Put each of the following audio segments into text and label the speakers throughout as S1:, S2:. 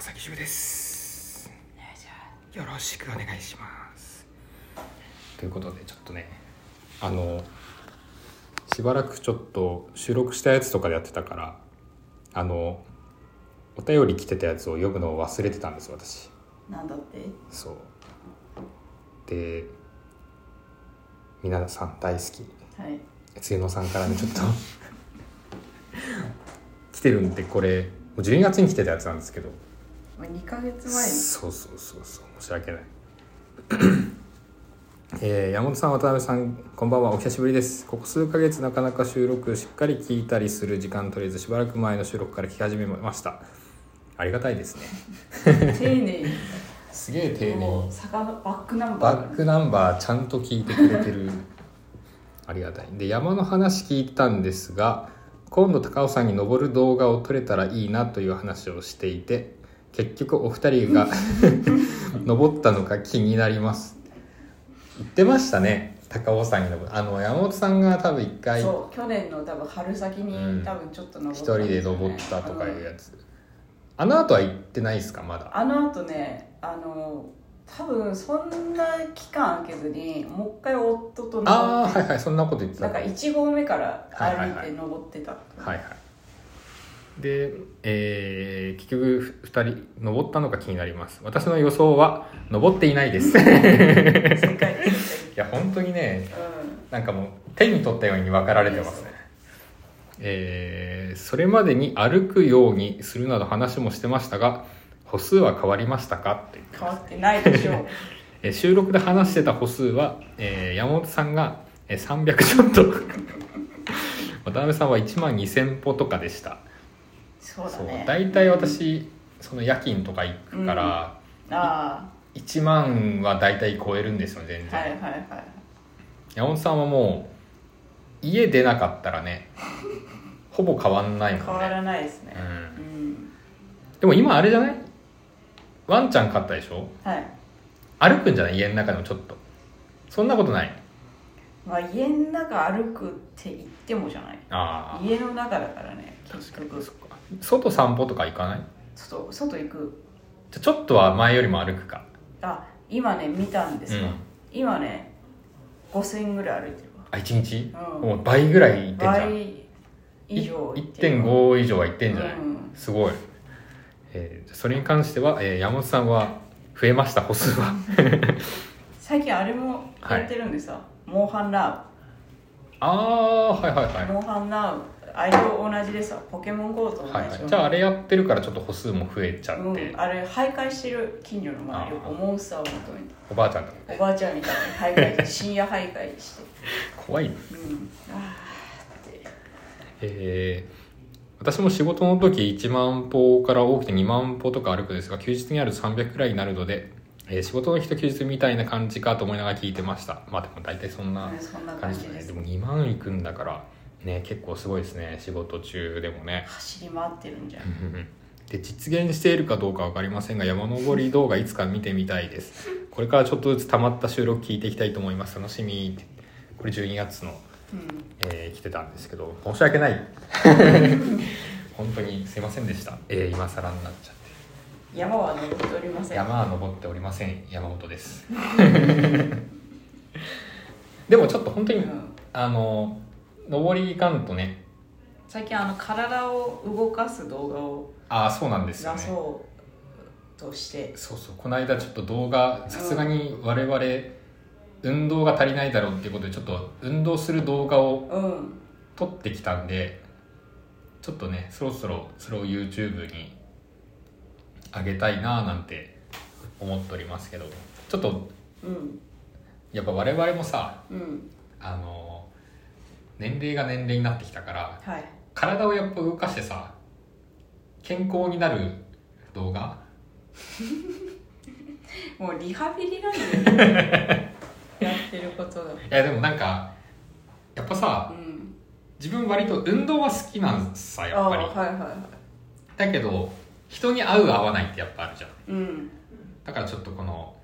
S1: 崎修ですよろしくお願いしますということでちょっとねあのしばらくちょっと収録したやつとかでやってたからあのお便り来てたやつを読むのを忘れてたんです私
S2: なんだって
S1: そうで皆さん大好き
S2: はい
S1: 露野さんからね ちょっと来てるんでこれもう12月に来てたやつなんですけど
S2: まあ2ヶ月
S1: そうそうそうそう申し訳ない えー山本さん渡辺さんこんばんはお久しぶりですここ数ヶ月なかなか収録しっかり聞いたりする時間取れずしばらく前の収録から聞き始めましたありがたいですね
S2: 前に丁寧に
S1: すげえ丁寧
S2: もう
S1: に
S2: 坂のバックナンバー
S1: バックナンバーちゃんと聞いてくれてるありがたいで山の話聞いたんですが今度高尾山に登る動画を撮れたらいいなという話をしていて結局お二人が 登ったのか気になります言ってましたね高尾山に登るあの山本さんが多分一回一
S2: そう去年の多分春先
S1: うん
S2: に多分ちょっと登った
S1: 人
S2: ん
S1: です
S2: よね、
S1: 登ったとかいうやつあの後は行ってないですかまだ
S2: あのあの後ねあの多分そんな期間空けずにもう一回夫と登
S1: ああ
S2: っ
S1: ーはいはいそんなこと言って
S2: て
S1: た
S2: なんか1合目から
S1: はい
S2: 歩
S1: はいい
S2: て
S1: はい
S2: 登ってた、
S1: はいはいで、えー結局2人登ったのか気になります私の予想は登ってい ないですい
S2: 世界一
S1: や本当にね
S2: う
S1: なんかもう手に取ったように分かられてますねえーそれまでに歩くようにするなど話もしてましたが歩数は変わりましたかって言って
S2: ん、
S1: ます
S2: 変わってないでし ょう
S1: えー収録で話してた歩数は、えー山本さんが、えー300ちょっと 渡辺さんは1万2000歩とかでした
S2: そうだ
S1: そう
S2: ね
S1: 大体私その夜勤とか行くから、
S2: あ
S1: 1万は大体超えるんですよ全
S2: あ
S1: 然、
S2: はいはいはい
S1: 山本さんはもう家出なかったら ねほぼ変わんない
S2: 変
S1: もん
S2: わ
S1: ね、
S2: らないですね
S1: う
S2: うん
S1: ん、でも今あれじゃないワンちゃん飼ったでしょ
S2: はい
S1: 歩くんじゃない家の中でもちょっとそんなことない
S2: まあ家の中歩くって言ってもじゃない
S1: ああ
S2: 家の中だからね結
S1: 確か
S2: 局
S1: に
S2: ち
S1: そっか外散歩とか行かない
S2: ょっと外行く
S1: じゃあちょっとは前よりも歩くか
S2: あ今ね見たんです
S1: う
S2: よ、
S1: ん
S2: 今ね5000ぐらい歩いてる
S1: あ一日、
S2: うん
S1: もう倍ぐらい行ってんじ
S2: わ
S1: ゃん
S2: 倍以上行ってる
S1: 1.5以上は行ってんじゃない、
S2: うん
S1: すごい、えーそれに関しては、えー山本さんは増えました歩数は
S2: 最近あれもやってるんでさ、モーハンラ
S1: ああはいはいは
S2: ウ
S1: い、
S2: モーハンラウあれと同じでさポケモン GO と同じ
S1: はいはい、じゃああれやってるからちょっと歩数も増えちゃって、
S2: うん、あれ徘徊してる近所の周りを
S1: あー
S2: モンスターを求めて
S1: おばあちゃんだもん
S2: お
S1: ね
S2: ばあちゃんみたいに徘徊して深夜徘徊して
S1: 怖いね
S2: うんあーって
S1: えー私も仕事の時1万歩から多くて2万歩とか歩くんですが休日にあると300くらいになるので、えー仕事の日と休日みたいな感じかと思いながら聞いてましたまあでも大体そんな
S2: ねそんな
S1: 感
S2: 感
S1: じ
S2: じ
S1: で
S2: ですす
S1: ねでも2万いくんだからね結構すごいですね仕事中でもね
S2: 走り回ってるんじゃん
S1: で実現しているかどうか分かりませんが山登り動画いつか見てみたいですこれからちょっとずつ溜まった収録聞いていきたいと思います楽しみってこれ12月の、
S2: うん
S1: えー来てたんですけど申し訳ない 本当にすいませんでした、えー今更になっちゃっ
S2: 山は登っておりま
S1: て
S2: せん
S1: 山は登っておりません山本です でもちょっと本当
S2: う
S1: に、
S2: ん
S1: あの登りいかんとね
S2: 最近あの体を動かす動画を
S1: ああそうなんですよ
S2: 出
S1: ね
S2: そうとして
S1: そうそうこの間ちょっと動画さすがに我々運動が足りないだろうっていうことでちょっと運動する動画を
S2: うん
S1: 撮ってきたんでちょっとねそろそろそれを YouTube に上げたいなぁなんて思っておりますけどちょっと
S2: うん
S1: やっぱ我々もさ
S2: うん
S1: あの年齢が年齢になってきたから
S2: はい
S1: 体をやっぱ動かしてさ健康になる動画
S2: もうリハビリなんだ よねやってることが
S1: いやでもなんかやっぱさ、
S2: うん
S1: 自分割と運動は好きなんさやっぱり
S2: あーはいはいは
S1: だけど人に合う合わないってやっぱあるじゃん
S2: いうん
S1: だからちょっとこの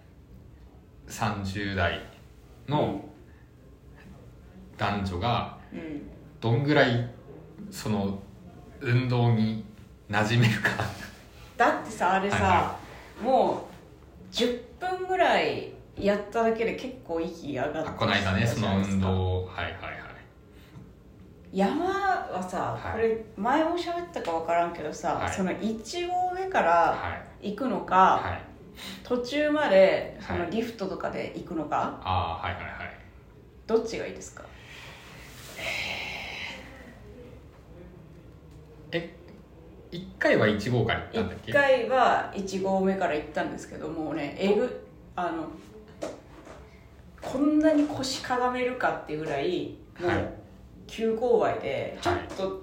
S1: 30代の男女が
S2: うん
S1: どんぐらいその運動に馴染めるか
S2: だってってさあれさ、
S1: はいは
S2: もう10分ぐらいやっただけで結構息上がっ
S1: あ
S2: て
S1: この間ね
S2: きた
S1: そ
S2: じゃな
S1: の
S2: いです
S1: 運
S2: か
S1: 動をはいはいはい
S2: 山はさ、
S1: はい
S2: これ前も喋ったか分からんけどさ、
S1: はい
S2: その1合目から
S1: はい
S2: 行くのか、
S1: はい
S2: 途中までそ
S1: は
S2: の
S1: い
S2: リフトとかで行くのか、
S1: ああはいはいはい
S2: どっちがいいですか
S1: え一回は1号から行ったんだっけ
S2: 1回は1合目から行ったんですけどもうねえぐあのこんなに腰かがめるかっていうぐらいも
S1: は
S2: う
S1: い
S2: 急勾配でちょっ
S1: はい
S2: と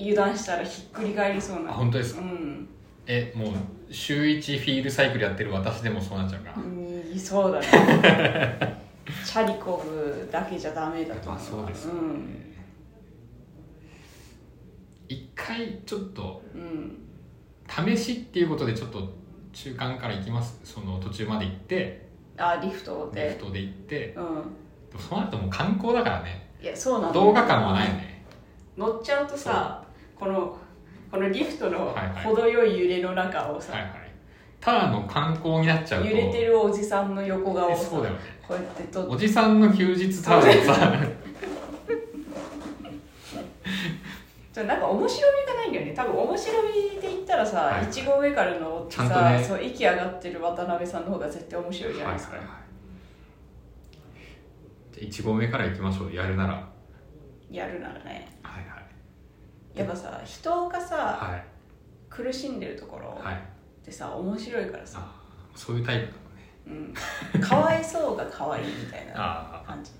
S2: 油断したらひっくり返りそう
S1: あ
S2: な、
S1: 本当です
S2: う
S1: か
S2: ん
S1: えもう週1フィールサイクルやってる私でもそうなっちゃうか
S2: うんそうだね チャリこぐだけじゃダメだと思
S1: ま
S2: う、
S1: あそうですよね
S2: うん
S1: 一回ちょっと
S2: うん
S1: 試しっていうことでちょっと中間から行きますその途中まで行って
S2: あリフト
S1: リフ
S2: で
S1: トで行ってで
S2: うん
S1: もその後もう観光だからね
S2: いやそうなの
S1: 動画館もないよね
S2: 乗っちゃうとさこのこのリフトの
S1: はいはい
S2: 程よい揺れの中をさ、
S1: はいはいただの観光になっちゃうと
S2: 揺れてるおじさんの横顔を
S1: え
S2: さ
S1: そうだよね
S2: こうやって撮っ
S1: おじさんの休日タワ ーをさ
S2: てなんか面白みがないんだよね多分面白みで言ったらさ、
S1: はい
S2: 一号目からのってさ、
S1: ちゃんとね
S2: そう息上がってる渡辺さんの方が絶対面白いじゃないですか、
S1: はいはいはいじゃあ1合目から行きましょうやるならは
S2: やるならね
S1: いはい
S2: やっぱさ人がさ
S1: はい
S2: 苦しんでるところ
S1: はい
S2: ってさ面白いからさ、
S1: あーそういうタイプなのね
S2: うん、かわいそうがかわいいみたいな
S1: ああ
S2: 感じ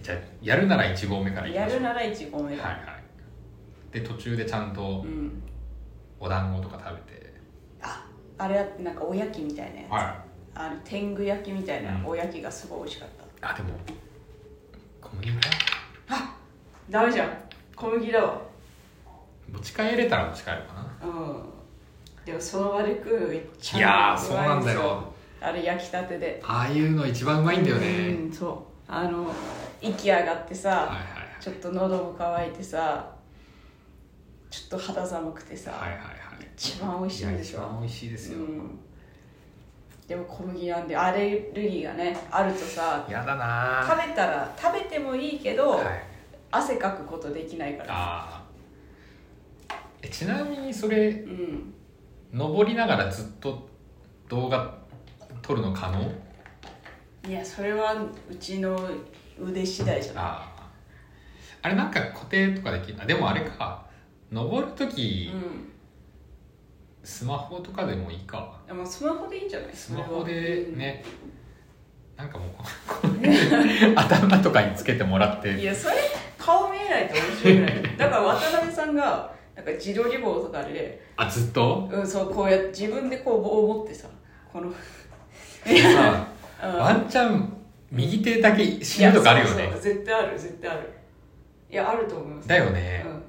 S1: じゃあやるなら1合目から行き
S2: や
S1: ましょ
S2: る
S1: う
S2: なら一合目だ、
S1: はいはいで途中でちゃんと
S2: うん
S1: お団子とか食べて
S2: ああれやってなんかおやきみたいなやつ、
S1: は
S2: あの天狗焼きみたいな
S1: うん
S2: おやきがすごい美味しかった、
S1: いあでも小麦粉
S2: ダメじゃん小麦だわ
S1: 持ち帰れたら持ち帰るかな
S2: うんでもその場で食うのめっちゃ
S1: いやーそうなんだよ
S2: あれ焼きたてで
S1: ああいうの一番うまいんだよね
S2: うんそうあの息上がってさ、
S1: はいはい
S2: ちょっと喉も渇いてさちょっと肌寒くてさ、
S1: はいはいはい
S2: 一番美味しいんでし
S1: いや一
S2: ょ
S1: 番美味しいです
S2: う
S1: よ、
S2: んでも小麦なんでアレルギーがねあるとさ
S1: やだなー
S2: 食べたら食べてもいいけど、
S1: はい
S2: 汗かくことできないから
S1: あーえちなみにそれ
S2: うん
S1: 登りながらずっと動画撮るの可能
S2: いやそれはうちの腕次第じゃない
S1: あーあれなんか固定とかできるなでもあれか登る時、
S2: うん
S1: スマホとかでもいいか
S2: でもスマホでいいんじゃない
S1: スマホで、ねなんかもう このこの頭とかにつけてもらっ
S2: それはうんい
S1: て
S2: やそれ顔見えないと面白くないだから渡辺さんがなんか自撮り棒とかで、
S1: あずっと
S2: うん、そうこうやって自分でこう棒を持ってさこの
S1: さ
S2: うん
S1: ワンチャン右手だけ死ぬとかあるよ
S2: いや
S1: ね
S2: そうそう絶対ある絶対あるいやあると思います
S1: だよね、
S2: うん、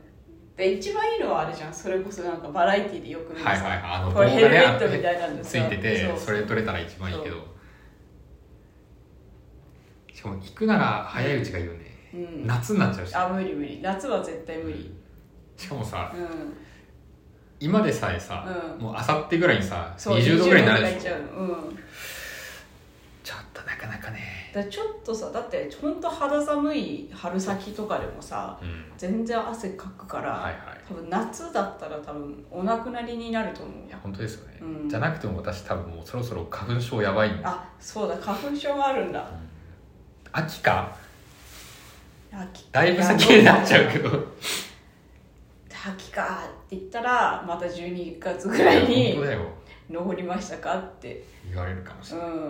S2: で一番いいのはあれじゃんそれこそなんかバラエティでよく見るさ
S1: はいはいはいあの動
S2: こ
S1: 画
S2: れヘルメ
S1: であ
S2: ットみたいなのさ
S1: ついて
S2: そ
S1: て
S2: う
S1: それ撮れたら一番いいけどしかも行くなら早いうちがいいよね
S2: うん、
S1: 夏になっちゃうし
S2: あ無理無理夏は絶対無理
S1: しかもさ
S2: うん、
S1: 今でさえさ
S2: うん
S1: もうあさってぐらいにさ
S2: そう
S1: 20度ぐらいになる
S2: 20度
S1: で
S2: ぐ
S1: しょ
S2: らいいっちゃうのうん
S1: ちょっとなかなかね
S2: だからちょっとさだってほんと肌寒い春先とかでもさ
S1: うん
S2: 全然汗かくから、
S1: はいはい
S2: 多分夏だったら多分お亡くなりになると思う
S1: い
S2: よ
S1: や本当ですよね
S2: うん
S1: じゃなくても私多分もうそろそろ花粉症やばいんで
S2: あそうだ花粉症もあるんだ
S1: 秋か
S2: 秋
S1: だいぶ先になっちゃうけど
S2: 秋かって言ったらまた12月ぐらい
S1: いや本
S2: に
S1: 当だよ
S2: 登りましたかって
S1: 言われるかもしれ
S2: う
S1: ない
S2: ん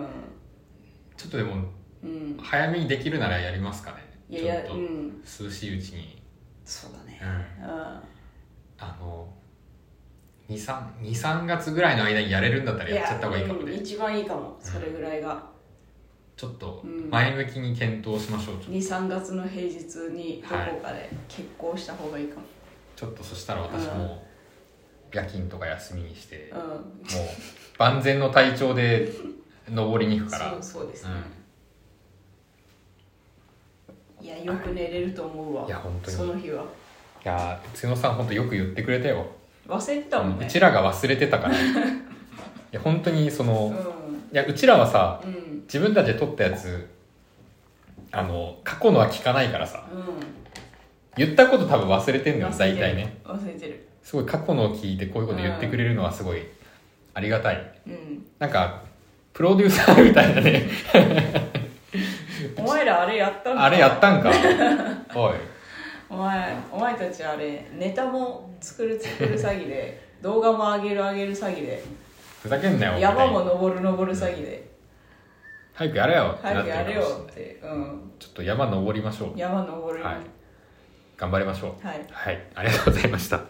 S1: ちょっとでも
S2: うん
S1: 早めにできるならやりますかね
S2: いやいや
S1: ち
S2: う
S1: ょっ
S2: ん
S1: と涼しいうちに
S2: そうだね
S1: うん
S2: う
S1: あの23月ぐらいの間にやれるんだったら
S2: ん
S1: やっちゃった方がいいかも
S2: やうん
S1: ね
S2: 一番いいかもそれぐらいが
S1: ちょっと
S2: うん
S1: 前向きに検討しましょうちょ
S2: 23月の平日にどこかで結婚した方がいいかも
S1: ちょっとそしたら私も夜勤とか休みにしてもう
S2: うん
S1: 万全の体調で登りに行くから
S2: そうそうですね、いやよく寝れると思うわ
S1: いや本当に
S2: その日はい
S1: やーつよさん本当よく言ってくれたよ
S2: 忘れてたもんね
S1: うちらが忘れてたから いや本当にその、
S2: うん
S1: いやうちらはさ
S2: うん
S1: 自分たちで撮ったやつあの過去のは聞かないからさ言ったこと多分忘れてん
S2: うん
S1: のよ
S2: 忘
S1: 大
S2: れてる
S1: 体ね
S2: 忘れてる
S1: すごい過去のを聞いてこういうこと言ってくれるのはすごいありがたい、
S2: うん
S1: なんかプロデューサーみたいなね
S2: お前らあれやったんだ
S1: あれやったんかおい
S2: お前お前たちあれネタも作る作る詐欺で動画も上げる上げる詐欺で
S1: ふざけんなよみたいな
S2: 山も登る登る詐欺で
S1: 早くやれよってな
S2: 早
S1: っ
S2: く
S1: てる
S2: や
S1: かもし
S2: れ
S1: れ
S2: よ
S1: ない
S2: ってうん
S1: ちょっと山登りましょう
S2: 山登る
S1: はい頑張りましょう
S2: はい
S1: はい、ありがとうございました